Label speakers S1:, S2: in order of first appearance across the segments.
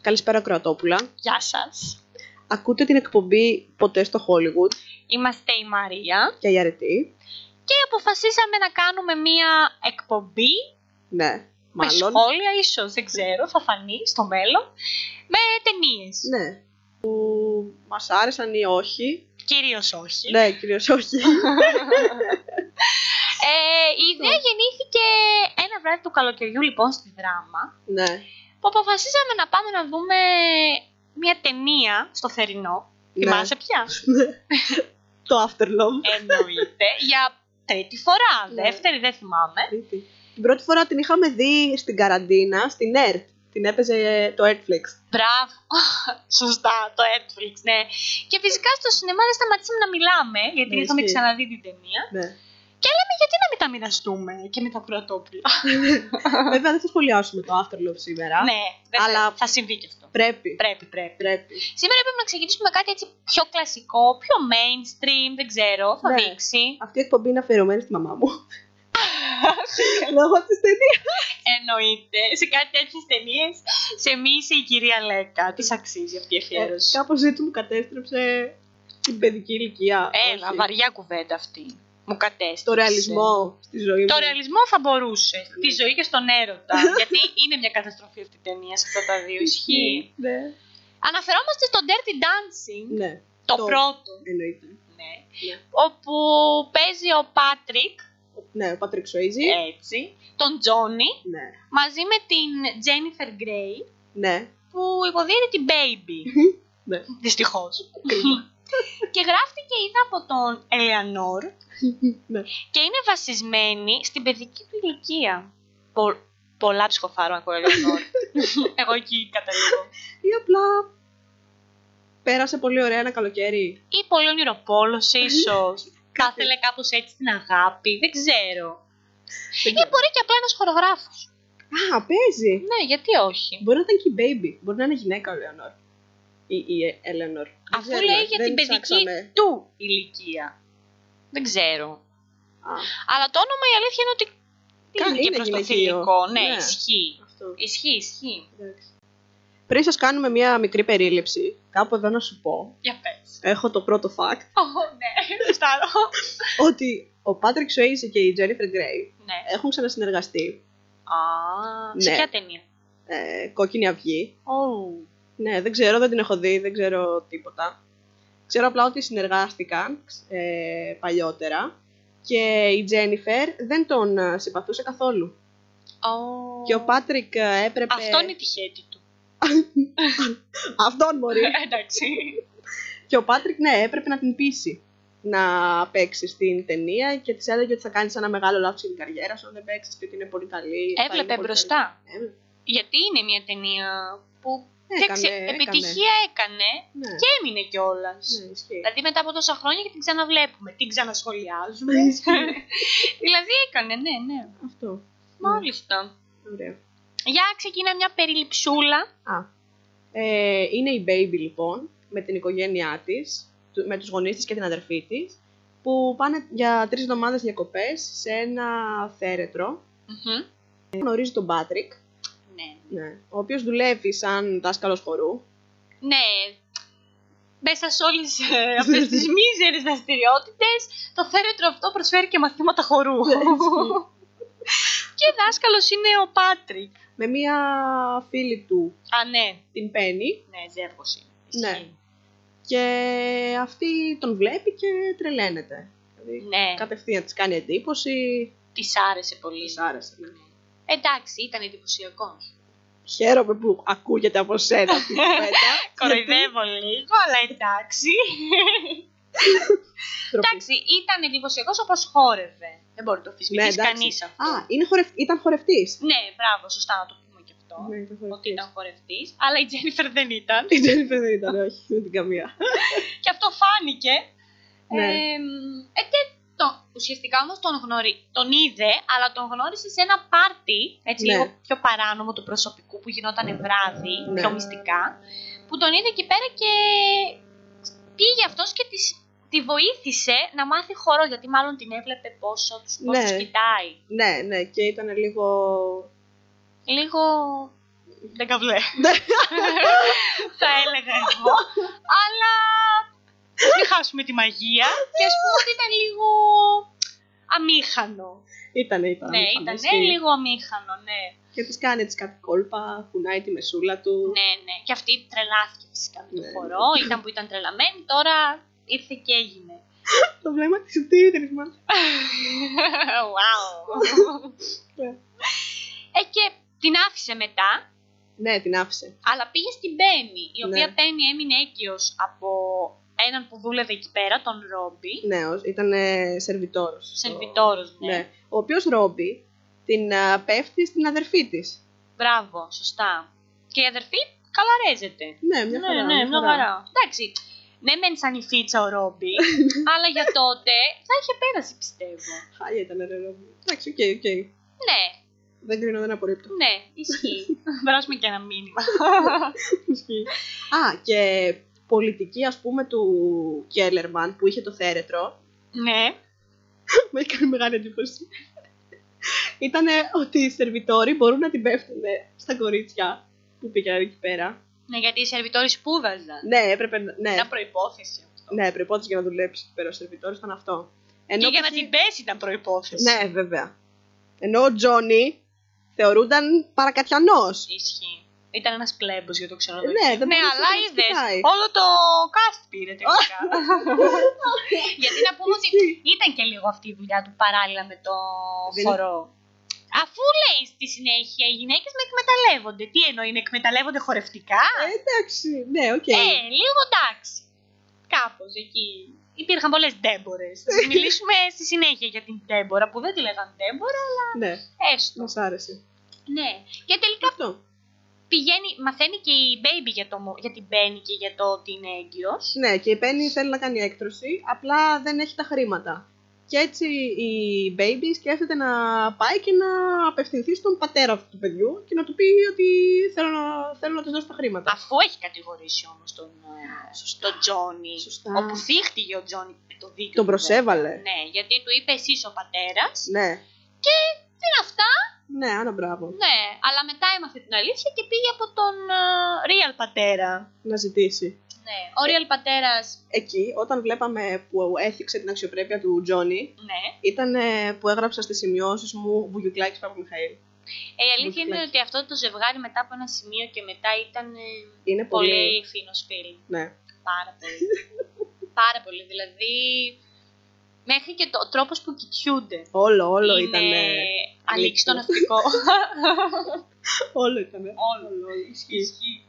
S1: Καλησπέρα, Κροατόπουλα.
S2: Γεια σας.
S1: Ακούτε την εκπομπή Ποτέ στο Hollywood
S2: Είμαστε η Μαρία
S1: και η Αρετή.
S2: και αποφασίσαμε να κάνουμε μία εκπομπή
S1: Ναι,
S2: με
S1: μάλλον.
S2: σχόλια, ίσως, δεν ξέρω, θα φανεί στο μέλλον, με ταινίες.
S1: Ναι. Που μας άρεσαν ή όχι.
S2: Κυρίως όχι.
S1: ναι, κυρίως όχι.
S2: Ε, η
S1: Ναι.
S2: ιδέα γεννήθηκε ένα βράδυ του καλοκαιριού, λοιπόν, στη δράμα,
S1: ναι.
S2: που αποφασίσαμε να πάμε να δούμε μία ταινία στο θερινό.
S1: Ναι.
S2: Θυμάσαι πια.
S1: Το Afterlove.
S2: Εννοείται. Για τρίτη φορά.
S1: Ναι.
S2: Δεύτερη δεν θυμάμαι.
S1: Τρίτη. την πρώτη φορά την είχαμε δει στην καραντίνα, στην ΕΡΤ. Την έπαιζε το Airflix.
S2: Μπράβο. Σωστά, το Netflix, ναι. Και φυσικά στο σινεμά δεν σταματήσαμε να μιλάμε, γιατί
S1: Ναι,
S2: είχαμε
S1: ισχύει.
S2: ξαναδεί την ταινία.
S1: Ναι.
S2: Και λέμε γιατί να μην τα μοιραστούμε και με τα κρατόπουλα.
S1: Βέβαια, δεν θα σχολιάσουμε το Afterlove σήμερα.
S2: ναι, δεν
S1: Αλλά-
S2: θα, θα συμβεί και αυτό.
S1: Πρέπει.
S2: Πρέπει, πρέπει.
S1: Πρέπει.
S2: Σήμερα έπρεπε να ξεκινήσουμε με κάτι έτσι πιο κλασικό, πιο mainstream, δεν ξέρω, θα
S1: Ναι.
S2: δείξει.
S1: Αυτή η εκπομπή είναι αφιερωμένη στη μαμά μου. Λόγω της ταινίας.
S2: Εννοείται, σε κάτι τέτοιες ταινίες, σε μίση η κυρία Λέκα. Της αξίζει αυτή η
S1: Ε,
S2: αφιέρωση.
S1: Κάπως έτσι μου κατέστρεψε την παιδική ηλικία.
S2: Έλα,
S1: Όχι.
S2: βαριά κουβέντα αυτή. Μου κατέστησε.
S1: Το ρεαλισμό στη ζωή μου.
S2: Το ρεαλισμό θα μπορούσε. Τη ζωή και στον έρωτα. γιατί είναι μια καταστροφή αυτή η ταινία σε αυτά τα δύο. Ισχύει.
S1: Ναι.
S2: Αναφερόμαστε στο Dirty Dancing,
S1: ναι,
S2: το,
S1: το-
S2: πρώτο.
S1: εννοείται.
S2: Ναι.
S1: Ναι.
S2: Όπου παίζει ο Πάτρικ,
S1: Ναι, ο Πάτρικ Σουέιζι.
S2: Ε. έτσι, τον Τζόνι,
S1: Ναι.
S2: μαζί με την Τζένιφερ Γκρέι,
S1: Ναι.
S2: που υποδίδει την Baby.
S1: ναι.
S2: Δυστυχώς. και γράφτηκε ήδη από τον Ελεανόρ
S1: ναι.
S2: και είναι βασισμένη στην παιδική του ηλικία. Πο- πολλά ψυχοφάρμακα ο Ελεανόρ. Εγώ εκεί καταλήγω.
S1: Ή απλά πέρασε πολύ ωραία ένα καλοκαίρι.
S2: Ή πολύ ονειροπόλος ίσως. Θα ήθελε κάπως έτσι την αγάπη. Δεν ξέρω.
S1: Δεν
S2: Ή
S1: ξέρω.
S2: μπορεί και απλά ένας χορογράφος.
S1: Α, παίζει.
S2: Ναι, γιατί όχι.
S1: Μπορεί να ήταν και η baby. Μπορεί να είναι γυναίκα ο Ελεονόρ. Ή η Ελεονόρ. Δεν
S2: Αφού
S1: ξέρουμε.
S2: λέει για
S1: Δεν
S2: την παιδική
S1: ψάξαμε.
S2: του ηλικία. Δεν ξέρω.
S1: Α,
S2: Αλλά το όνομα η αλήθεια είναι ότι
S1: Κα-
S2: είναι και
S1: είναι
S2: προς το
S1: γυναικείο.
S2: θηλυκό. Ναι,
S1: Ναι.
S2: ισχύει.
S1: αυτό.
S2: Ισχύει, ισχύει.
S1: Εντάξει. Πριν σας κάνουμε μία μικρή περίληψη, κάπου εδώ να σου πω,
S2: Για πες.
S1: έχω το πρώτο fact,
S2: Ω, ναι, γουστάρω.
S1: ότι ο Patrick Swayze και η Jennifer Grey
S2: ναι.
S1: έχουν ξανασυνεργαστεί.
S2: Α, σε
S1: Ναι.
S2: ποια ταινία.
S1: Ε, κόκκινη αυγή.
S2: Ου.
S1: Ναι, δεν ξέρω, δεν την έχω δει, δεν ξέρω τίποτα. Ξέρω απλά ότι συνεργάστηκαν ε, παλιότερα και η Jennifer δεν τον ε, συμπαθούσε καθόλου.
S2: Ω.
S1: Και ο Patrick ε, έπρεπε...
S2: Αυτό είναι η τυχέτη του.
S1: Αυτόν μπορεί.
S2: Εντάξει.
S1: Και ο Πάτρικ, ναι, έπρεπε να την πείσει να παίξει στην ταινία και της έλεγε ότι θα κάνεις ένα μεγάλο λάθος για την καριέρα σου αν δεν παίξεις και ότι είναι πολύ καλή. Ε, θα είναι
S2: Έβλεπε
S1: πολύ
S2: μπροστά.
S1: καλή. Έβλεπε.
S2: Γιατί είναι μια ταινία που
S1: Έκανε,
S2: εντάξει,
S1: έκανε.
S2: επιτυχία έκανε
S1: Ναι,
S2: και έμεινε κιόλας.
S1: ναι, ισχύει.
S2: Δηλαδή μετά από τόσα χρόνια και την ξαναβλέπουμε, την ξανασχολιάζουμε.
S1: Ναι.
S2: δηλαδή έκανε, ναι, ναι.
S1: Αυτό.
S2: Μάλιστα.
S1: Ωραία.
S2: Για ξεκινά μια περιληψούλα.
S1: Α. Ε, είναι η Baby, λοιπόν, με την οικογένειά της, με τους γονείς της και την αδερφή της, που πάνε για τρεις εβδομάδες διακοπές σε ένα θέρετρο.
S2: Μμμ.
S1: Γνωρίζει τον Πάτρικ,
S2: Ναι.
S1: ναι, ο οποίος δουλεύει σαν δάσκαλος χορού.
S2: Ναι. Μέσα σε ε, όλε αυτές τις μίζερες δραστηριότητες, το θέρετρο αυτό προσφέρει και μαθήματα χορού.
S1: Ναι,
S2: και δάσκαλος είναι ο Πάτρικ.
S1: με μία φίλη του,
S2: Α, ναι.
S1: την Πέννη,
S2: Ναι, ζεύγο
S1: Ναι. και αυτή τον βλέπει και τρελαίνεται. Δηλαδή,
S2: Ναι,
S1: κατευθείαν της κάνει εντύπωση,
S2: της άρεσε πολύ.
S1: της άρεσε. ναι.
S2: Εντάξει, ήταν εντυπωσιακό.
S1: Χαίρομαι που ακούγεται από σένα αυτή η κουβέντα.
S2: Κοροϊδεύω λίγο, αλλά εντάξει.
S1: Ντροπή.
S2: εντάξει, ήταν εντυπωσιακός όπως χόρευε. Δεν μπορεί να το
S1: Ναι,
S2: αφισβητήσει
S1: εντάξει.
S2: κανείς αυτό.
S1: Α, είναι χορευ... ήταν χορευτής.
S2: Ναι, μπράβο, σωστά να το πούμε και αυτό.
S1: Ναι, ήταν
S2: ότι
S1: χορευτής.
S2: ήταν χορευτής, αλλά η Τζένιφερ δεν ήταν.
S1: Η Τζένιφερ δεν ήταν, όχι, δεν την καμία.
S2: και αυτό φάνηκε.
S1: Ναι.
S2: Ε, ε, και το, ουσιαστικά όμως τον, γνωρι... τον είδε, αλλά τον γνώρισε σε ένα πάρτι, έτσι
S1: Ναι.
S2: λίγο πιο παράνομο του προσωπικού που γινόταν βράδυ,
S1: Ναι.
S2: πιο μυστικά, που τον είδε εκεί πέρα και πήγε αυτός και της, τη βοήθησε να μάθει χορό, γιατί μάλλον την έβλεπε πόσο, τους- πόσο
S1: Ναι.
S2: τους κοιτάει.
S1: ναι, ναι, και ήταν λίγο...
S2: Λίγο Δεν καβλέ.
S1: Ναι,
S2: θα έλεγα εγώ. Αλλά μην χάσουμε τη μαγεία και ας πούμε ότι ήταν λίγο αμήχανο.
S1: Ήτανε, ήτανε.
S2: Ναι,
S1: είχαμε,
S2: ήταν
S1: ισχύει.
S2: λίγο αμήχανο, ναι.
S1: Και τη κάνει έτσι κάτι κόλπα, κουνάει τη μεσούλα του.
S2: Ναι, ναι. Και αυτή τρελάθηκε φυσικά με το
S1: Ναι.
S2: χορό. Ήταν που ήταν τρελαμένη, τώρα ήρθε και έγινε.
S1: Το βλέμμα της τίτρισμα.
S2: wow.
S1: Ναι.
S2: ε, και την άφησε μετά,
S1: Ναι, την άφησε.
S2: αλλά πήγε στην Πέννη, η οποία
S1: Ναι.
S2: Πέννη έμεινε έγκυος από έναν που δούλευε εκεί πέρα, τον Ρόμπι,
S1: Ναι, ήταν σερβιτόρο.
S2: σερβιτόρος, ναι.
S1: Ναι. Ο οποίος Ρόμπι την α, πέφτει στην αδερφή της.
S2: Μπράβο, σωστά. Και η αδερφή καλαρέζεται.
S1: Ναι, μια
S2: ναι,
S1: χαρά.
S2: ναι, μια χαρά. Εντάξει, ναι μεν σαν η φίτσα ο Ρόμπι, αλλά για τότε θα είχε πέρασει πιστεύω.
S1: Χάλια ήταν, ρε Ρόμπι. Εντάξει, οκ, οκ.
S2: Ναι,
S1: Δεν κρίνω, δεν απορρίπτω.
S2: ναι, ισχύει. Περάσουμε και ένα μήνυμα.
S1: Ισχύει. Α, και πολιτική, ας πούμε, του Κέλερμαν που είχε το θέρετρο.
S2: ναι.
S1: Με έχει κάνει μεγάλη εντύπωση. ήταν ότι οι σερβιτόροι μπορούν να την πέφτουν ε, στα κορίτσια που πήγαιναν εκεί πέρα.
S2: Ναι, γιατί οι σερβιτόροι σπούδαζαν.
S1: Ναι, έπρεπε. να- Ναι,
S2: Ήταν προπόθεση αυτό.
S1: ναι προπόθεση για να δουλέψει εκεί πέρα ο σερβιτόρος ήταν αυτό.
S2: και για να
S1: π.χ.
S2: την πέσει ήταν προπόθεση.
S1: Ναι, βέβαια. Ενώ ο Τζόνι θεωρούνταν παρακατιανός.
S2: Ισχύει. Ήταν ένας πλέμπος για το ξενοδοχείο.
S1: Ναι, δεν
S2: ναι,
S1: μπορούσε
S2: αλλά
S1: να τους
S2: είδε.
S1: κοιτάει.
S2: Όλο το cast πήρε τελικά.
S1: Ε,
S2: Γιατί να πούμε ότι ήταν και λίγο αυτή η δουλειά του παράλληλα με το
S1: Δεν-
S2: χορό. Αφού λέει στη συνέχεια οι γυναίκες με εκμεταλλεύονται. Τι εννοεί, με εκμεταλλεύονται χορευτικά.
S1: Ε, εντάξει, ναι, οκ.
S2: Ε, λίγο εντάξει. Κάπως εκεί. Υπήρχαν πολλές ντέμπορες. Θα μιλήσουμε στη συνέχεια για την ντέμπορα που δεν τη λέγανε ντέμπορα, αλλά
S1: Ναι,
S2: έστω.
S1: μας άρεσε.
S2: Ναι. Και τελικά
S1: Αυτό.
S2: πηγαίνει, μαθαίνει και η baby για, το, μο- για την Μπέννη και για το ότι είναι έγκυος.
S1: Ναι, και η Πέννη θέλει να κάνει έκτρωση, απλά δεν έχει τα χρήματα. Και έτσι η baby σκέφτεται να πάει και να απευθυνθεί στον πατέρα αυτού του παιδιού και να του πει ότι θέλω να, θέλω να της δώσω τα χρήματα.
S2: Αφού έχει κατηγορήσει όμως τον, ε, τον Τζόνι.
S1: Σωστά.
S2: Όπου θύχτηκε ο Τζόνι με το δίκιο.
S1: Τον
S2: του,
S1: προσέβαλε.
S2: βέβαια. Ναι, γιατί του είπε εσύ ο πατέρας.
S1: Ναι,
S2: Και τι είναι αυτά.
S1: ναι, άρα μπράβο.
S2: Ναι, αλλά μετά έμαθε την αλήθεια και πήγε από τον ε, real πατέρα.
S1: Να ζητήσει.
S2: Ναι, ο real πατέρας.
S1: Εκεί, όταν βλέπαμε που έθιξε την αξιοπρέπεια του Τζόνι,
S2: Ναι.
S1: ήταν ε, που έγραψα στις σημειώσεις μου Βουγιουκλάκης Παπαμιχαήλ.
S2: Ε, η αλήθεια είναι
S1: Μπουκλάκι.
S2: ότι αυτό το ζευγάρι μετά από ένα σημείο και μετά ήταν ε,
S1: Είναι πολύ...
S2: πολύ φίνο φίλοι.
S1: Ναι.
S2: Πάρα πολύ. Πάρα πολύ. Δηλαδή, μέχρι και το, ο τρόπος που κοιτιούνται.
S1: Όλο, όλο
S2: είναι
S1: ήταν.
S2: αλήξη στο
S1: αλήξιο.
S2: ναυτικό.
S1: Όλο ήταν.
S2: Όλο.
S1: Ισχύει.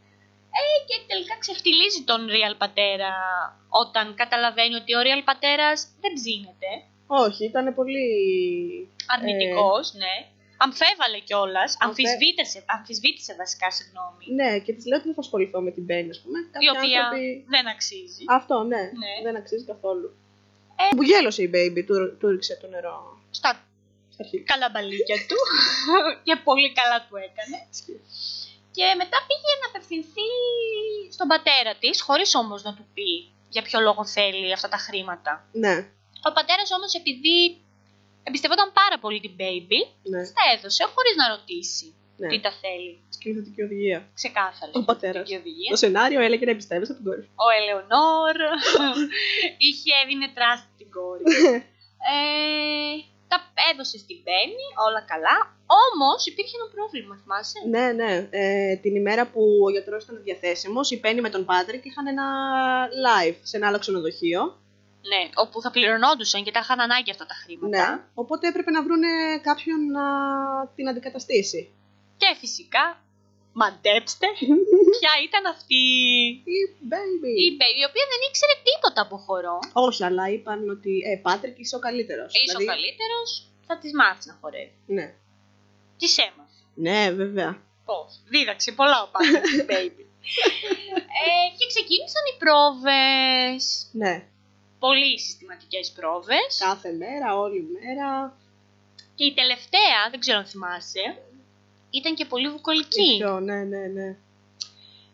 S2: ε, και τελικά ξεφτυλίζει τον Real Πατέρα όταν καταλαβαίνει ότι ο Real Πατέρας δεν ψήνεται.
S1: Όχι, ήταν πολύ. Ε.
S2: Αρνητικός, ναι. Αμφέβαλε κιόλας. Αμφισβήτησε, αμφισβήτησε βασικά, συγγνώμη.
S1: Ναι, και της λέω ότι δεν θα ασχοληθώ με την Μπέιν, ας πούμε.
S2: Η
S1: Κάποιοι
S2: οποία
S1: άνθρωποι-
S2: δεν αξίζει.
S1: Αυτό, ναι.
S2: Ναι.
S1: Δεν αξίζει καθόλου. Ε... Που γέλασε η baby, του, του ρίξε το νερό
S2: Στα
S1: στα αρχή.
S2: καλαμπαλίκια του. και πολύ καλά του έκανε. Και μετά πήγε να απευθυνθεί στον πατέρα της, χωρίς όμως να του πει για ποιο λόγο θέλει αυτά τα χρήματα.
S1: Ναι,
S2: Ο πατέρας όμως επειδή εμπιστευόταν πάρα πολύ την baby,
S1: ναι,
S2: τα έδωσε χωρίς να ρωτήσει
S1: ναι.
S2: τι τα θέλει.
S1: Σκηνοθετική οδηγία.
S2: Ξεκάθαρα.
S1: Ο πατέρας.
S2: Και οδηγία.
S1: Το σενάριο έλεγε να εμπιστεύεσαι από την κόρη.
S2: Ο Ελεονόρ είχε έδινε τράστη την κόρη.
S1: Ναι.
S2: ε, τα έδωσε στην Πέννη, όλα καλά. Όμως υπήρχε ένα πρόβλημα, θυμάσαι.
S1: Ναι, ναι. Ε, την ημέρα που ο γιατρός ήταν διαθέσιμος, η Πέννη με τον Πάτρικ είχαν ένα live σε ένα άλλο ξενοδοχείο.
S2: Ναι, όπου θα πληρωνόντουσαν και τα είχαν ανάγκη αυτά τα χρήματα.
S1: Ναι. Οπότε έπρεπε να βρουν κάποιον να την αντικαταστήσει.
S2: Και φυσικά, μαντέψτε, ποια ήταν αυτή
S1: Η
S2: η,
S1: baby.
S2: μπε- η οποία δεν ήξερε τίποτα από χορό.
S1: Όχι, αλλά είπαν ότι ε, Πάτρικ είσαι ο καλύτερος.
S2: Ε, Είσαι ο καλύτερος, θα της μάθεις να χορεύει.
S1: Ναι.
S2: Της έμαθες.
S1: ναι, βέβαια.
S2: Πώς. Δίδαξε πολλά ο Πάτρικ, η baby. ε, και ξεκίνησαν οι πρόβες.
S1: Ναι.
S2: Πολύ συστηματικές πρόβες.
S1: Κάθε μέρα, όλη μέρα.
S2: Και η τελευταία, δεν ξέρω αν θυμάσαι, ήταν και πολύ βουκολική.
S1: Πιο, ναι, ναι, ναι.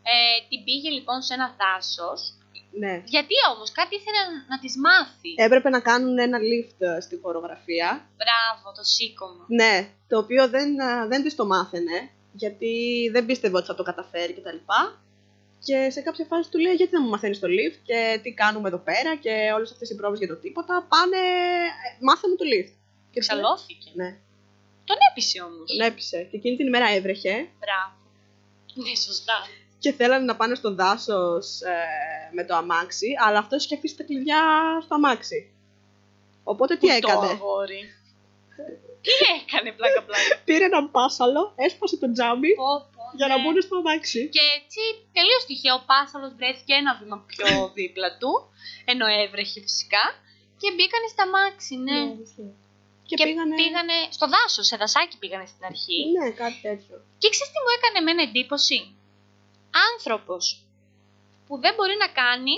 S2: Ε, την πήγε λοιπόν σε ένα δάσος.
S1: ναι.
S2: Γιατί όμως, κάτι ήθελε να- να της μάθει.
S1: Έπρεπε να κάνουν ένα lift ε, στη χορογραφία.
S2: Μπράβο, το σήκωμα.
S1: Ναι, το οποίο δεν, α, δεν της το μάθαινε. γιατί δεν πίστευε ότι θα το καταφέρει κτλ. Και, και σε κάποια φάση του λέει: Γιατί δεν μου μαθαίνεις το lift και τι κάνουμε εδώ πέρα και όλες αυτές οι πρόβες για το τίποτα. Πάνε, μάθε μου το lift. Και του λέει-
S2: Ξαλώθηκε.
S1: Ναι,
S2: Τον έπεισε όμως.
S1: τον έπεισε. Και εκείνη την ημέρα έβρεχε
S2: Μπράβο. Ναι, σωστά.
S1: και θέλανε να πάνε στο δάσο με το αμάξι, αλλά αυτός είχε αφήσει τα κλειδιά στο αμάξι. Οπότε τι
S2: Που το
S1: έκανε.
S2: αγόρι. Τι έκανε πλάκα-πλάκα.
S1: Πήρε έναν πάσαλο, έσπασε το τζάμι
S2: Πω, πω,
S1: για να
S2: ναι.
S1: μπουν στο αμάξι.
S2: Και έτσι τελείως τυχαίο ο Πάσαλος βρέθηκε ένα βήμα πιο δίπλα του, ενώ έβρεχε φυσικά, και μπήκανε στα μάξι, ναι.
S1: Και, πήγανε.
S2: στο δάσος, σε δασάκι πήγανε στην αρχή.
S1: Ναι, κάτι τέτοιο.
S2: Και ξέρεις τι μου έκανε εμένα εντύπωση. Άνθρωπος που δεν μπορεί να κάνει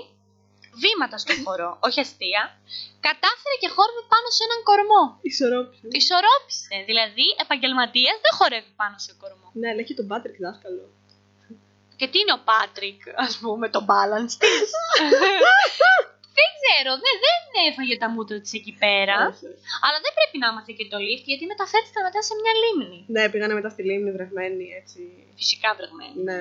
S2: βήματα στο χορό, όχι αστεία, κατάφερε και χόρευε πάνω σε έναν κορμό.
S1: Ισορρόπηση.
S2: Ισορρόπησε. Δηλαδή, επαγγελματίας δεν χορεύει πάνω σε κορμό.
S1: Ναι, αλλά έχει τον Πάτρικ δάσκαλο.
S2: Και τι είναι ο Πάτρικ, ας πούμε, το balance της. δεν ξέρω, ναι, δεν έφαγε τα μούτρα της εκεί πέρα.
S1: Όχι, όχι.
S2: αλλά δεν πρέπει να μάθει και το lift, γιατί μεταφέρθηκε μετά σε μια λίμνη.
S1: Ναι, πήγανε μετά στη λίμνη βρεγμένοι έτσι.
S2: Φυσικά βρεγμένη.
S1: Ναι.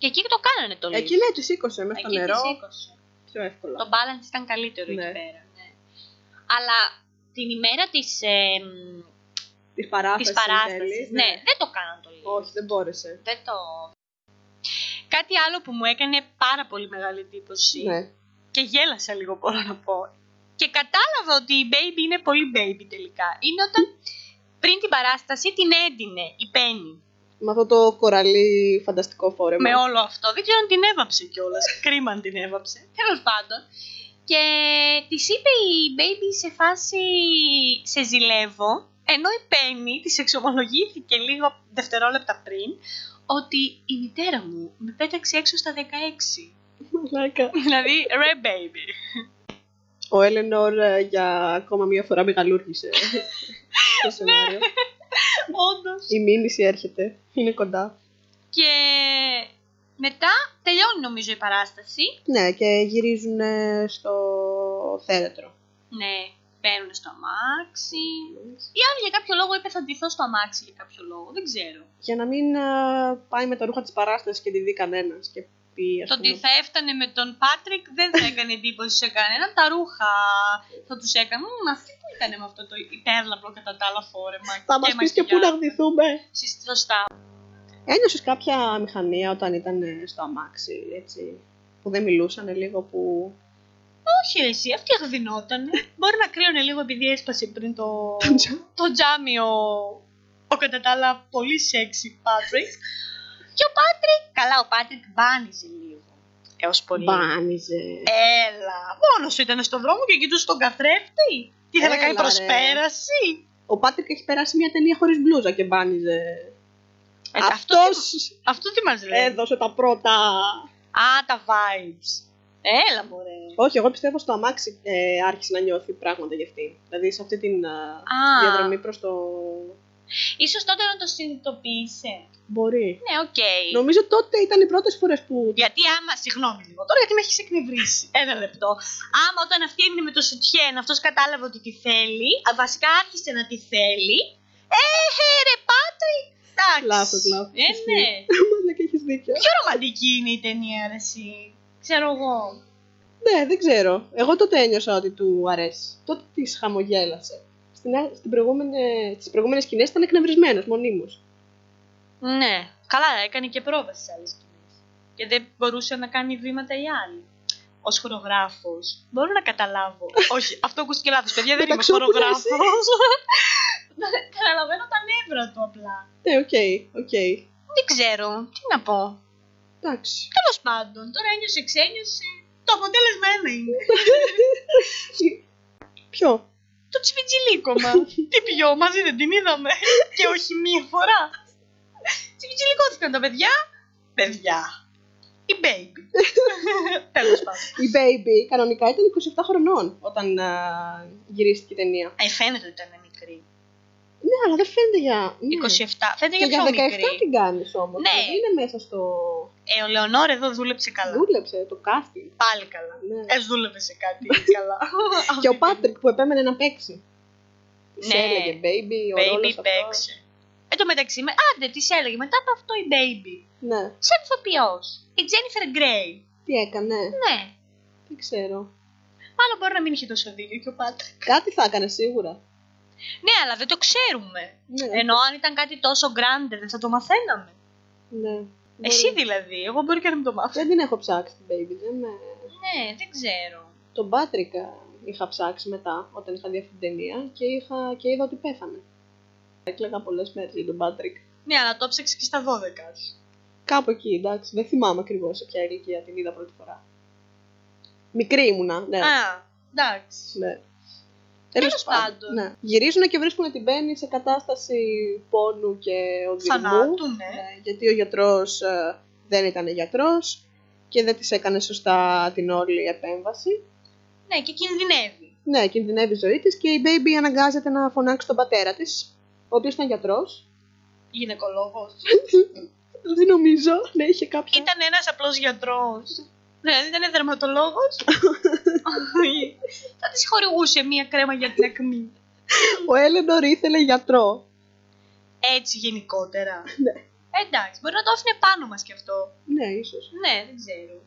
S2: Και εκεί το κάνανε το lift.
S1: Εκεί ναι, τους σήκωσε μέσα στο
S2: Εκεί
S1: νερό.
S2: τη σήκωσε.
S1: Πιο εύκολα.
S2: Το balance ήταν καλύτερο
S1: Ναι.
S2: εκεί πέρα. Ναι. Αλλά την ημέρα της, ε, μ,
S1: Τη παράσταση.
S2: της
S1: εν τέλει,
S2: παράστασης, ναι. δεν το κάναν το λίγο.
S1: Όχι, δεν μπόρεσε.
S2: Δεν το... Κάτι άλλο που μου έκανε πάρα πολύ μεγάλη εντύπωση
S1: Ναι.
S2: και γέλασα λίγο μπορώ να πω και κατάλαβα ότι η baby είναι πολύ baby τελικά. Είναι όταν πριν την παράσταση την έντυνε η Πέννη
S1: Με αυτό το κοραλί φανταστικό φόρεμα.
S2: με όλο αυτό. Δεν ξέρω αν την έβαψε κιόλας. Κρίμα αν την έβαψε. Τέλος πάντων. Και της είπε η Baby σε φάση σε ζηλεύω. Ενώ η Πέννη της εξομολογήθηκε λίγο δευτερόλεπτα πριν ότι η μητέρα μου με πέταξε έξω στα 16.
S1: Μαλάκα.
S2: δηλαδή, ρε baby.
S1: Ο Έλενορ ε, για ακόμα μία φορά μεγαλούργησε. το σενάριο.
S2: Όντως.
S1: Η μήνυση έρχεται. Είναι κοντά.
S2: Και μετά τελειώνει νομίζω η παράσταση.
S1: Ναι, και γυρίζουν ε, στο θέατρο.
S2: Ναι, μπαίνουν στο αμάξι. Η άλλη για κάποιο λόγο είπε θα ντυθώ στο αμάξι για κάποιο λόγο. Δεν ξέρω.
S1: για να μην ε, πάει με τα ρούχα της παράστασης και τη δει κανένας και πει, ας
S2: Το
S1: πούμε,
S2: ότι θα έφτανε με τον Πάτρικ δεν θα έκανε εντύπωση σε κανέναν. Τα ρούχα θα τους έκανε. Μα αυτή που ήταν με αυτό το υπέρλαπλο κατά τα άλλα φόρεμα.
S1: θα μας πεις και πού να γδυθούμε.
S2: Συ- Σωστά.
S1: Ένιωσες κάποια μηχανία όταν ήταν ε, στο αμάξι, έτσι, που δεν μιλούσαν λίγο, που
S2: Όχι, ρε, εσύ, αυτή αγδινότανε. Μπορεί να κρύωνε λίγο επειδή έσπασε πριν το, το τζάμι ο, ο κατά τα άλλα πολύ σεξι Πάτρικ. και ο Πάτρικ, καλά, ο Πάτρικ μπάνιζε λίγο. Έως πολύ.
S1: μπάνιζε.
S2: Έλα, μόνος του ήταν στον δρόμο και κοιτούσε τον καθρέφτη. Τι ήθελε να κάνει
S1: Έλα, ρε.
S2: προσπέραση.
S1: Ο Πάτρικ έχει περάσει μια ταινία χωρίς μπλούζα και μπάνιζε.
S2: Ε,
S1: Αυτός
S2: Αυτός τι μας λέει.
S1: έδωσε τα πρώτα.
S2: Α, τα vibes. Έλα μωρέ.
S1: Όχι, εγώ πιστεύω στο αμάξι ε, άρχισε να νιώθει πράγματα για αυτή. Δηλαδή σε αυτή την ε,
S2: Α.
S1: διαδρομή προς το...
S2: Ίσως τότε να το συνειδητοποίησε.
S1: Μπορεί.
S2: Ναι, οκ.
S1: Νομίζω τότε ήταν οι πρώτες φορές που
S2: Γιατί άμα, συγγνώμη λίγο τώρα, γιατί με έχεις εκνευρίσει. Ένα λεπτό. Άμα όταν αυτή έμεινε με το σουτιέν, αυτός κατάλαβε ότι τη θέλει, α, βασικά άρχισε να τη θέλει. Ε, ε, ρε, Πάτρικ. Εντάξει.
S1: Λάθος, λάθος.
S2: Ε, ναι.
S1: Μάλλον και έχεις δίκιο.
S2: Πιο ρομαντική είναι η ταινία, ρε, εσύ. Ξέρω εγώ.
S1: Ναι, δεν ξέρω. Εγώ τότε ένιωσα ότι του αρέσει. Τότε της χαμογέλασε. Στην, α- στην προηγούμενη, στις προηγούμενες σκηνές ήταν εκνευρισμένος μονίμως.
S2: Ναι. Καλά, έκανε και πρόβα στι άλλες σκηνές. Και δεν μπορούσε να κάνει βήματα η άλλη. Ως χορογράφος. Μπορώ να καταλάβω. Όχι, αυτό ακούστηκε λάθος, παιδιά. Δεν είμαι
S1: Μεταξόπουλα
S2: χορογράφο. Καταλαβαίνω τα νεύρα του απλά.
S1: Ναι, οκ, οκ.
S2: Δεν ξέρω. Τι να πω.
S1: Εντάξει.
S2: Τέλος πάντων, τώρα ένιωσε, ξένιωσε. Το αποτέλεσμα ένα είναι.
S1: Ποιο?
S2: Το τσιφιτζιλίκωμα. Τι πιω, μαζί δεν την είδαμε. Και όχι μία φορά. Τσιφιτζιλικώθηκαν τα παιδιά. Παιδιά. Η baby. Τέλος πάντων.
S1: Η Baby κανονικά ήταν 27 χρονών όταν α, γυρίστηκε η ταινία.
S2: Ε, φαίνεται ότι ήταν μικρή.
S1: Ναι, αλλά δεν φαίνεται για... ναι.
S2: 27. Φαίνεται
S1: Και
S2: για πιο
S1: για 17
S2: μικρή.
S1: την κάνεις όμως.
S2: Ναι.
S1: Είναι μέσα στο.
S2: Ε, ο Λεωνόρ εδώ δούλεψε καλά.
S1: Δούλεψε το casting.
S2: Πάλι καλά.
S1: Ναι.
S2: Ε, δούλευε σε κάτι καλά.
S1: και ο Πάτρικ που επέμενε να παίξει. Της
S2: Ναι.
S1: έλεγε Baby, ο
S2: Baby
S1: ρόλος αυτός.
S2: παίξε. Εν τω μεταξύ, με- άντε, της έλεγε μετά από αυτό η Baby.
S1: Ναι.
S2: Σε ηθοποιός. Η Jennifer Grey.
S1: Τι έκανε.
S2: Ναι.
S1: Δεν ξέρω.
S2: Μάλλον μπορεί να μην είχε τόσο δίκιο και ο Πάτρικ.
S1: Κάτι θα έκανε σίγουρα.
S2: Ναι, αλλά δεν το ξέρουμε.
S1: Ναι.
S2: Ενώ αν ήταν κάτι τόσο grande, δεν θα το μαθαίναμε.
S1: ναι. Μπορεί.
S2: Εσύ δηλαδή. Εγώ μπορεί και να μην το μάθω.
S1: Δεν την έχω ψάξει την baby. Δεν με...
S2: Ναι, δεν ξέρω.
S1: Τον Πάτρικα είχα ψάξει μετά όταν είχα δει αυτή την ταινία και, είχα... και είδα ότι πέθανε. Έκλαιγα πολλές μέρες για τον Πάτρικ.
S2: Ναι, αλλά το ψάξες και στα 12 σου.
S1: Κάπου εκεί, εντάξει. Δεν θυμάμαι ακριβώς σε ποια ηλικία την είδα πρώτη φορά. Μικρή ήμουνα, ναι.
S2: Α, εντάξει.
S1: Ναι.
S2: Τέλος πάντων.
S1: Ναι. Γυρίζουν και βρίσκουν την Μπέννη σε κατάσταση πόνου και οδηγού.
S2: Θανάτου, ναι.
S1: Ε, γιατί ο γιατρός ε, δεν ήταν γιατρός και δεν της έκανε σωστά την όλη επέμβαση.
S2: Ναι, και κινδυνεύει.
S1: Ναι, κινδυνεύει η ζωή της και η baby αναγκάζεται να φωνάξει τον πατέρα της, ο οποίος ήταν γιατρός.
S2: Γυναικολόγος.
S1: Ναι. Δεν νομίζω να είχε κάποια...
S2: Ήταν ένας απλός γιατρός. Δηλαδή ήταν δερματολόγος. θα της χορηγούσε μία κρέμα για την ακμή.
S1: Ο Έλενορ ήθελε γιατρό.
S2: Έτσι γενικότερα.
S1: Ναι.
S2: Εντάξει, μπορεί να το άφηνε πάνω μας κι αυτό.
S1: Ναι, ίσως.
S2: Ναι, δεν ξέρω.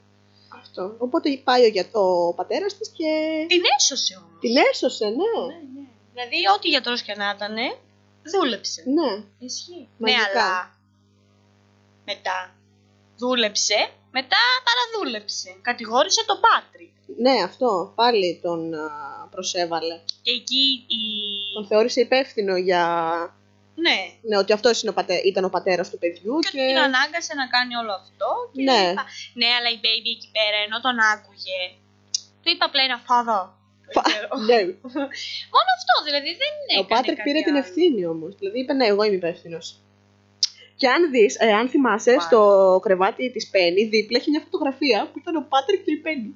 S1: Αυτό. Οπότε πάει ο, για... ο πατέρας της και...
S2: Την έσωσε όμως.
S1: Την έσωσε, ναι.
S2: Ναι, ναι. Δηλαδή, ό,τι γιατρός και να ήταν, δούλεψε.
S1: Ναι.
S2: Ισχύει.
S1: Μαγικά.
S2: Ναι, αλλά μετά δούλεψε, μετά παραδούλεψε. Κατηγόρησε τον Πάτρικ.
S1: Ναι, αυτό. Πάλι τον α, προσέβαλε.
S2: Και εκεί η...
S1: Τον θεώρησε υπεύθυνο για...
S2: Ναι.
S1: Ναι, ότι αυτός είναι ο πατε... ήταν ο πατέρας του παιδιού
S2: Και ότι την ανάγκασε να κάνει όλο αυτό. Και
S1: Ναι.
S2: είπα- ναι, αλλά η baby εκεί πέρα, ενώ τον άκουγε, του είπα απλά ένα φάδο.
S1: Φα- ναι.
S2: Μόνο αυτό δηλαδή δεν έκανε
S1: Ο Πάτρικ
S2: κάτι
S1: πήρε την
S2: άλλο.
S1: ευθύνη όμως. Δηλαδή είπε, Ναι, εγώ είμαι υπεύθυνος. Και αν δεις, αν θυμάσαι,
S2: Πάλι.
S1: στο κρεβάτι της Πέννη δίπλα έχει μια φωτογραφία που ήταν ο Πάτρικ και η Πέννη.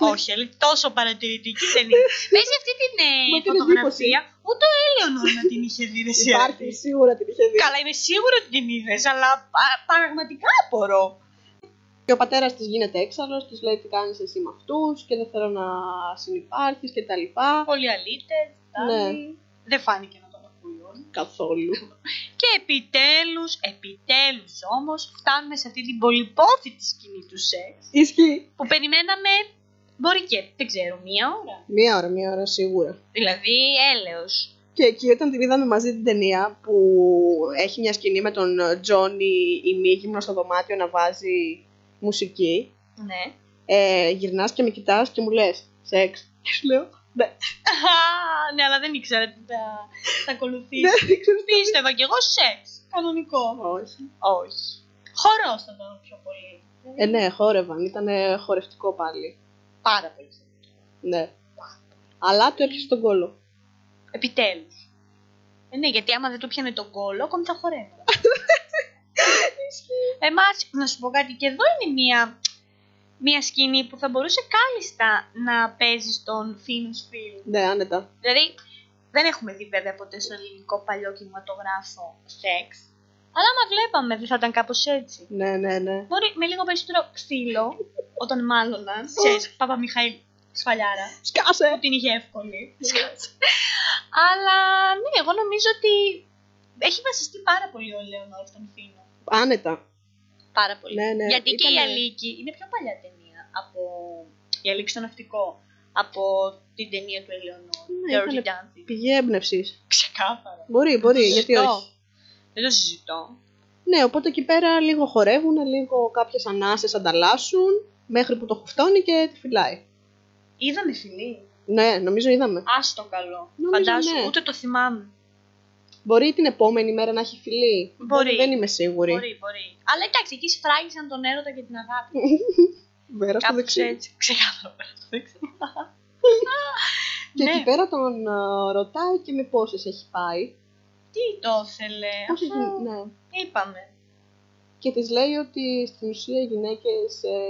S1: Ναι.
S2: Όχι, αλλά τόσο παρατηρητική δεν είναι. Παίζει αυτή την ε,
S1: Μα την
S2: φωτογραφία, ούτε ο Έλεονορ να την είχε δει. ρε, εσύ.
S1: Υπάρχει, σίγουρα την είχε δει.
S2: Καλά, είμαι σίγουρη ότι την είδες, αλλά πα- πραγματικά απορώ.
S1: Και ο πατέρας της γίνεται έξαλλος, της λέει τι κάνεις εσύ με αυτούς και δεν θέλω να συνεπάρχεις και τα λοιπά.
S2: Πολλοί αλήτε,
S1: Ναι.
S2: δηλαδή. Δεν φάνηκε να τον ακούει
S1: Καθόλου.
S2: Και επιτέλους, επιτέλους όμως, φτάνουμε σε αυτή την πολυπόθητη σκηνή του σεξ
S1: Ισχύει.
S2: που περιμέναμε, μπορεί και, δεν ξέρω, μία ώρα.
S1: Μία ώρα, μία ώρα σίγουρα.
S2: Δηλαδή, έλεος.
S1: Και εκεί όταν την είδαμε μαζί την ταινία που έχει μια σκηνή με τον ε, Τζόνι ημίγυμνο στο δωμάτιο να βάζει μουσική
S2: Ναι.
S1: ε, γυρνάς και με κοιτάς και μου λες σεξ. Και σου λέω Ναι,
S2: Α, ναι, αλλά δεν ήξερα τι θα, θα
S1: ναι,
S2: ακολουθήσει.
S1: δεν ξέρω τι.
S2: Πίστευα κι εγώ σεξ. Κανονικό.
S1: Όχι.
S2: Όχι. Χορός θα ήταν πιο πολύ.
S1: Ε, ναι, χόρευαν. Ήταν χορευτικό πάλι.
S2: Πάρα πολύ.
S1: Ναι. Αλλά του έπιασε τον κόλο.
S2: Επιτέλους. Ε, ναι, γιατί άμα δεν του πιάνε τον κόλλο, ακόμη θα χορεύω. Εμάς, να σου πω κάτι, και εδώ είναι μία, μία σκηνή που θα μπορούσε κάλλιστα να παίζει στον Finnish film.
S1: Ναι, άνετα.
S2: Δηλαδή, δεν έχουμε δει βέβαια ποτέ στο ελληνικό παλιό κινηματογράφο σεξ. Αλλά άμα βλέπαμε, δεν θα ήταν κάπως έτσι.
S1: Ναι, ναι, ναι.
S2: Μπορεί με λίγο περισσότερο ξύλο, όταν μάλλοναν, ξέρεις, Παπα Μιχαήλ Σφαλιάρα
S1: Σκάσε!
S2: που την είχε εύκολη. Αλλά ναι, εγώ νομίζω ότι έχει βασιστεί πάρα πολύ ο Λέονορ στον Φίνο.
S1: Άνετα.
S2: Πάρα πολύ.
S1: Ναι, ναι.
S2: Γιατί και η
S1: Ήτανε-
S2: Αλίκη είναι πιο παλιά ταινία από. Η Αλίκη στο ναυτικό. Από την ταινία του Ελεονόρ.
S1: Ναι,
S2: Dirty
S1: ήτανε-
S2: Dancing.
S1: Πηγή έμπνευσης.
S2: Ξεκάθαρα.
S1: Μπορεί, μπορεί,
S2: Ζητώ.
S1: γιατί όχι.
S2: Δεν το συζητώ.
S1: Ναι, οπότε εκεί πέρα λίγο χορεύουν, λίγο κάποιες ανάσες ανταλλάσσουν, μέχρι που το χουφτώνει και τη φυλάει.
S2: Είδαμε φιλή.
S1: Ναι, νομίζω είδαμε.
S2: Άστο καλό.
S1: Νομίζω,
S2: Φαντάζομαι,
S1: ναι.
S2: ούτε το θυμάμαι.
S1: Μπορεί την επόμενη μέρα να έχει φιλή.
S2: Μπορεί.
S1: Δεν είμαι σίγουρη.
S2: Μπορεί, μπορεί. Αλλά εντάξει, εκεί σφράγισαν τον έρωτα και την αγάπη.
S1: Βέρα στο
S2: Κάπως
S1: δεξί.
S2: έτσι. Ξεκάθαρα. στο δεξί.
S1: Και
S2: Ναι.
S1: εκεί πέρα τον α, ρωτάει και με πόσες έχει πάει.
S2: Τι το ήθελε.
S1: Πόσες
S2: αφού
S1: γυ- ναι.
S2: Είπαμε.
S1: Και της λέει ότι στην ουσία οι γυναίκες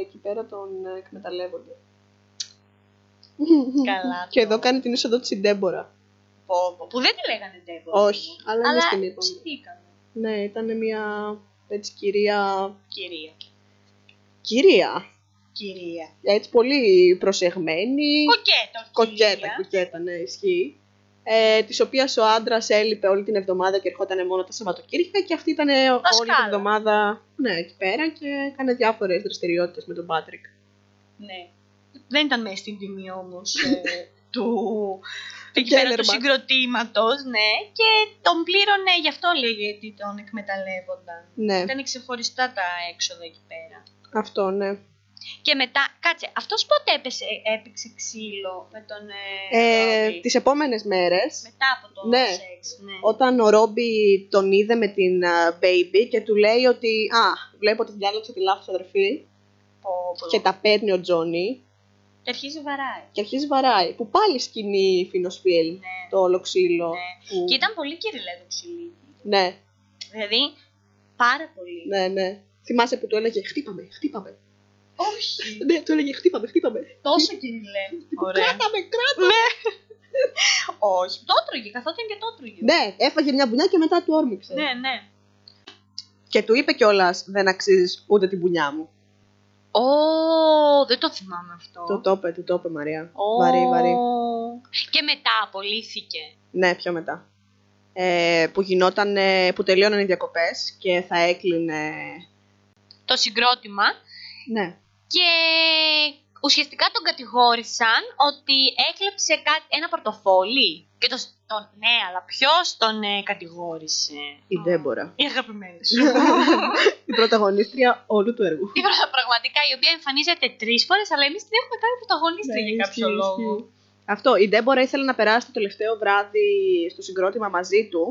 S1: εκεί πέρα τον ε, εκμεταλλεύονται.
S2: Καλά.
S1: και
S2: το-
S1: εδώ κάνει την είσοδο της η Ντέμπορα.
S2: Πω, πω, που δεν τη λέγανε Ντέμπορα.
S1: Όχι, αλλά εμεί
S2: Αλλά
S1: την είπαμε.
S2: ψηθήκαμε.
S1: Ναι, ήταν μια έτσι κυρία.
S2: Κυρία.
S1: Κυρία.
S2: Κυρία.
S1: Έτσι πολύ προσεγμένη.
S2: Κοκέτα.
S1: Κοκέτα,
S2: κυρία.
S1: κοκέτα, ναι, ισχύει. ε, της οποίας ο άντρας έλειπε όλη την εβδομάδα και ερχόταν μόνο τα Σαββατοκύριακα και αυτή ήταν όλη την
S2: Δασκάλα.
S1: εβδομάδα ναι, εκεί πέρα και έκανε διάφορες δραστηριότητες με τον Πάτρικ.
S2: Ναι. Δεν ήταν μέσα στην τιμή όμως του. Εκεί
S1: Τέλερμα.
S2: πέρα του συγκροτήματος, ναι. Και τον πλήρωνε, γι' αυτό λέγεται ότι τον εκμεταλλεύονταν.
S1: Ναι,
S2: Ήταν ξεχωριστά τα έξοδα εκεί πέρα.
S1: αυτό ναι.
S2: Και μετά, κάτσε, αυτός πότε έπεσε, έπαιξε ξύλο με τον. Ε,
S1: Ε,
S2: Ρόμπι?
S1: τις επόμενες μέρες
S2: Μετά από το
S1: Ναι.
S2: σεξ. Ναι.
S1: όταν ο Ρόμπι τον είδε με την α, Baby και του λέει ότι «Α, βλέπω ότι διάλεξα τη λάθος αδερφή»
S2: Πω, πω.
S1: και τα παίρνει ο Τζόνι
S2: Και αρχίζει βαράει.
S1: και αρχίζει βαράει. Που πάλι σκηνή φινοσφίλ
S2: Ναι.
S1: το όλο ξύλο.
S2: Ναι.
S1: που-
S2: Και ήταν πολύ κυριλέ το ξυλίκι.
S1: ναι,
S2: Δηλαδή, πάρα πολύ.
S1: ναι, ναι. Θυμάσαι που του έλεγε «Χτύπαμε, χτύπαμε».
S2: Όχι.
S1: Ναι, του έλεγε «Χτύπαμε, χτύπαμε». Λοιπόν,
S2: Τόσο κυριλέ. Ωραία. Ναι.
S1: Κράταμε, κράταμε.
S2: Όχι. Το τρώγε. Καθόταν και το τρώγε.
S1: Ναι, έφαγε μια μπουνιά και μετά του όρμηξε.
S2: ναι. ναι.
S1: Και του είπε κιόλας Δεν αξίζεις ούτε την μπουνιά μου.
S2: Ω, δεν το θυμάμαι αυτό.
S1: Το το είπε, του το είπε Μαρία.
S2: Ω.
S1: Βαρύ, βαρύ.
S2: Και μετά απολύθηκε.
S1: Ναι, πιο μετά. Ε, που γινόταν, ε, που τελείωναν οι διακοπές και θα έκλεινε...
S2: Το συγκρότημα.
S1: Ναι.
S2: Και ουσιαστικά τον κατηγόρησαν ότι έκλεψε κάτι, ένα πορτοφόλι. Και το, σ- τον- ναι, αλλά ποιος τον ε, κατηγόρησε.
S1: Η Δέμπορα.
S2: Η αγαπημένη σου.
S1: Η πρωταγωνίστρια όλου του έργου.
S2: Η πρα- πραγματικά η οποία εμφανίζεται τρεις φορές, αλλά εμείς την έχουμε κάνει πρωταγωνίστρια
S1: Ναι,
S2: για κάποιο
S1: ισχύει,
S2: λόγο.
S1: ισχύει. Αυτό. Η Ντέμπορα ήθελε να περάσει το τελευταίο βράδυ στο συγκρότημα μαζί του.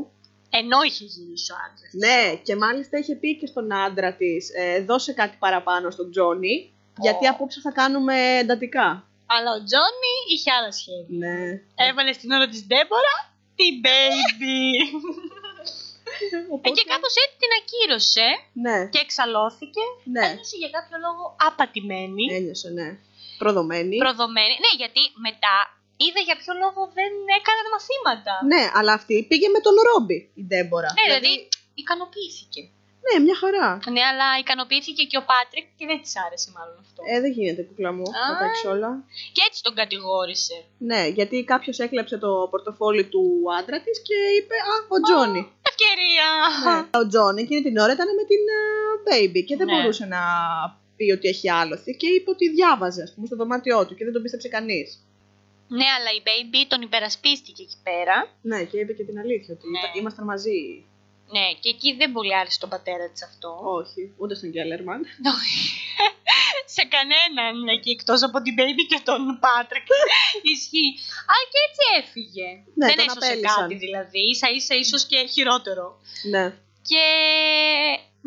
S2: Ενώ είχε γίνει ο άντρας.
S1: Ναι, και μάλιστα είχε πει και στον άντρα της: ε, Δώσε κάτι παραπάνω στον Τζόνι, γιατί
S2: Ω.
S1: απόψε θα κάνουμε εντατικά.
S2: Αλλά ο Τζόνι είχε άλλα σχέδια.
S1: Ναι.
S2: Έβαλε στην ώρα της Ντέμπορα την baby. Ε,
S1: Οπότε,
S2: και κάπως έτσι την ακύρωσε
S1: ναι,
S2: και εξαλώθηκε.
S1: ναι.
S2: Ένιωσε για κάποιο λόγο απατημένη.
S1: Ένιωσε, ναι. Προδομένη.
S2: προδομένη. Ναι, γιατί μετά είδε για ποιο λόγο δεν έκαναν μαθήματα.
S1: Ναι, αλλά αυτή πήγε με τον Ρόμπι, η Ντέμπορα.
S2: Ναι, δηλαδή, ικανοποιήθηκε.
S1: Ναι, μια χαρά.
S2: Ναι, αλλά ικανοποιήθηκε και ο Πάτρικ και δεν της άρεσε μάλλον αυτό.
S1: Ε, δεν γίνεται, κουκλά μου.
S2: Α.
S1: Να τα έχεις όλα.
S2: Και έτσι τον κατηγόρησε.
S1: Ναι, γιατί κάποιος έκλεψε το πορτοφόλι του άντρα της και είπε Α, ο Τζόνι.
S2: Ευκαιρία!
S1: Ο Τζον εκείνη την ώρα ήταν με την ε, Baby και δεν
S2: Ναι.
S1: μπορούσε να πει ότι έχει άλοθη και είπε ότι διάβαζε, ας πούμε, στο δωμάτιό του και δεν τον πίστεψε κανείς.
S2: Ναι, αλλά η Baby τον υπερασπίστηκε εκεί πέρα.
S1: Ναι, και είπε και την αλήθεια ότι
S2: Ναι.
S1: ήταν- ήμασταν μαζί.
S2: Ναι, και εκεί δεν πολύ άρεσε τον πατέρα της αυτό.
S1: Όχι, ούτε στον Γκέλερμαν.
S2: σε κανέναν εκεί εκτός από την Baby και τον Πάτρικ. Ισχύει. Α, και έτσι έφυγε.
S1: Ναι,
S2: δεν
S1: τον
S2: έσωσε
S1: απέλησαν.
S2: κάτι δηλαδή. σα ίσα ίσως και χειρότερο.
S1: ναι.
S2: Και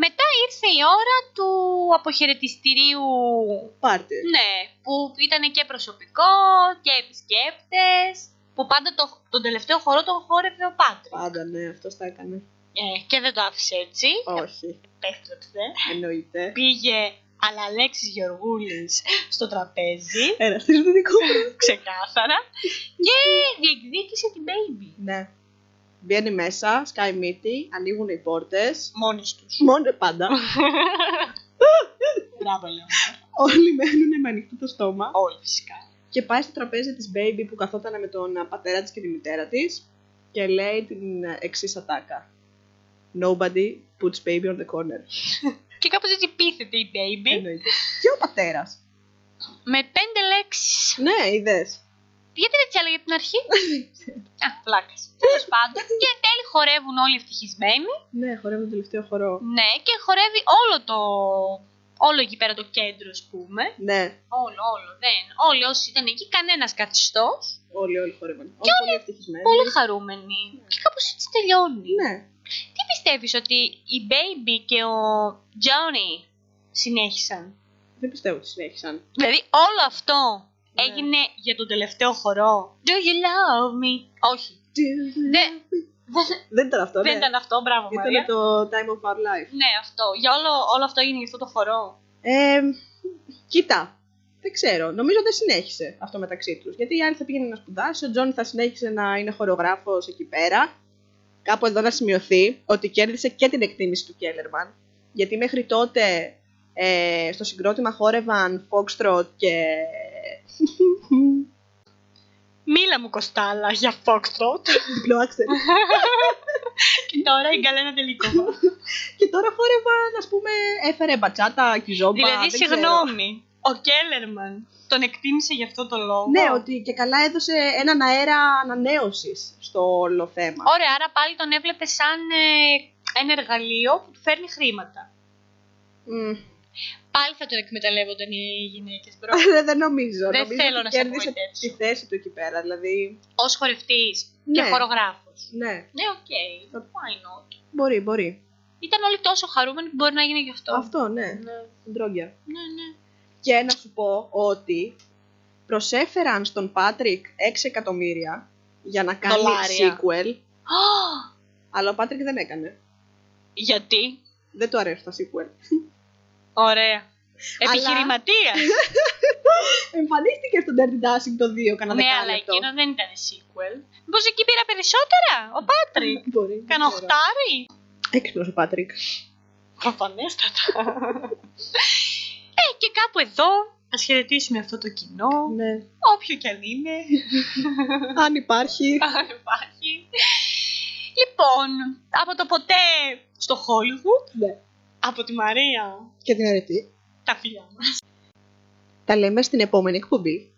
S2: μετά ήρθε η ώρα του αποχαιρετιστηρίου.
S1: Πάρτε.
S2: Ναι, που ήταν και προσωπικό και επισκέπτες. Που πάντα το, τον τελευταίο χορό τον χόρευε ο Πάτρικ.
S1: Πάντα ναι, αυτός τα έκανε.
S2: Ε, και δεν το άφησε έτσι.
S1: Όχι,
S2: Επέστρεψε.
S1: εννοείται.
S2: Πήγε αλλά Αλέξης Γεωργούλης στο τραπέζι,
S1: Ένα στριφτικό.
S2: ξεκάθαρα, και διεκδίκησε την baby.
S1: ναι. Μπαίνει μέσα, σκάει μύτη, ανοίγουν οι πόρτες.
S2: Μόνοι τους.
S1: Μόνο πάντα.
S2: Μπράβο, λέω.
S1: Όλοι μένουν με ανοιχτό το στόμα.
S2: Όλοι φυσικά.
S1: και πάει στο τραπέζι της Baby που καθόταν με τον α, πατέρα της και τη μητέρα της και λέει την εξής ατάκα. Nobody puts baby on the corner.
S2: Και κάπως έτσι πείθεται η baby
S1: Εννοείται. Και ο πατέρας.
S2: με πέντε λέξεις.
S1: Ναι, είδες.
S2: Γιατί δεν τις έλεγε από την αρχή. Α, πλάκας. Τέλος πάντων. Και εν τέλει χορεύουν όλοι ευτυχισμένοι.
S1: Ναι, χορεύω τον τελευταίο χορό.
S2: Ναι, και χορεύει όλο το. Όλο εκεί πέρα το κέντρο, ας πούμε.
S1: Ναι,
S2: Όλο, όλο. Δεν. Όλοι όσοι ήταν εκεί, κανένας καθιστός.
S1: όλοι, όλοι χορεύαν. Όλοι πολύ ευτυχισμένοι.
S2: Πολύ χαρούμενοι. Και κάπως έτσι τελειώνει.
S1: Ναι.
S2: Τι πιστεύεις ότι η Baby και ο Johnny συνέχισαν.
S1: Δεν πιστεύω ότι συνέχισαν.
S2: Δηλαδή όλο αυτό
S1: Ναι.
S2: έγινε για τον τελευταίο χορό. Do you love me? Όχι. Δεν,
S1: Δεν ήταν αυτό,
S2: δεν
S1: ναι.
S2: ήταν αυτό, μπράβο Μαρία.
S1: Ήταν το time of our life.
S2: Ναι, αυτό. Για όλο, όλο αυτό έγινε για αυτό το χορό.
S1: Ε, κοίτα, δεν ξέρω. Νομίζω δεν συνέχισε αυτό μεταξύ τους. Γιατί η άλλη θα πήγαινε να σπουδάσει, ο Τζόνι θα συνέχισε να είναι χορογράφος εκεί πέρα. Κάπου εδώ να σημειωθεί ότι κέρδισε και την εκτίμηση του Κέλερμαν. Γιατί μέχρι τότε ε, στο συγκρότημα χόρευαν Foxtrot και.
S2: Μίλα Μίλα μου Κοστάλα για Foxtrot.
S1: Διπλό άξερ.
S2: και τώρα η γκαλένα τελικό.
S1: και τώρα φόρευαν, ας πούμε, έφερε μπατσάτα, κυζόμπα.
S2: δηλαδή,
S1: δεν ξέρω.
S2: συγγνώμη, ο Κέλερμαν τον εκτίμησε γι' αυτό το λόγο.
S1: Ναι, ότι και καλά έδωσε έναν αέρα ανανέωσης στο όλο θέμα.
S2: Ωραία, άρα πάλι τον έβλεπε σαν ε, ένα εργαλείο που του φέρνει χρήματα.
S1: Μμμ.
S2: Πάλι θα τον εκμεταλλεύονταν οι γυναίκες, μπρο.
S1: Ρε, δεν νομίζω.
S2: Δεν
S1: νομίζω
S2: θέλω
S1: ότι
S2: να σε
S1: κέρδισε
S2: απογοητεύσω.
S1: τη θέση του εκεί πέρα. Δηλαδή,
S2: Ως χορευτής
S1: Ναι.
S2: και χορογράφος.
S1: ναι,
S2: Ναι, οκ. Why not.
S1: μπορεί, μπορεί.
S2: Ήταν όλοι τόσο χαρούμενοι που μπορεί να γίνει γι' αυτό.
S1: Αυτό, ναι.
S2: Ναι,
S1: Ντρόγκια.
S2: ναι. ναι.
S1: Και να σου πω ότι προσέφεραν στον Πάτρικ 6 εκατομμύρια για να κάνει
S2: Δολάρια.
S1: sequel,
S2: Α,
S1: αλλά ο Πάτρικ δεν έκανε.
S2: γιατί.
S1: Δεν του αρέσουν τα sequel.
S2: Ωραία. Επιχειρηματίας.
S1: Εμφανίστηκε στο Dirty Dancing το 2 κανένα
S2: ναι, αλλά
S1: δεκάλεπτο.
S2: εκείνο δεν ήταν sequel. Μήπως εκεί πήρα περισσότερα, ο Πάτρικ.
S1: Μπορεί. δεν
S2: Κάνα
S1: ξέρω.
S2: οχτάρι.
S1: Έξυπνος ο Πάτρικ.
S2: Προφανέστατα. ε, και κάπου εδώ α χαιρετήσουμε αυτό το κοινό.
S1: Ναι.
S2: Όποιο κι αν είναι.
S1: Αν υπάρχει.
S2: αν υπάρχει. Λοιπόν, από το ποτέ στο Hollywood,
S1: ναι.
S2: από τη Μαρία,
S1: Και την αρετή.
S2: τα φιλιά μας.
S1: Τα λέμε στην επόμενη εκπομπή.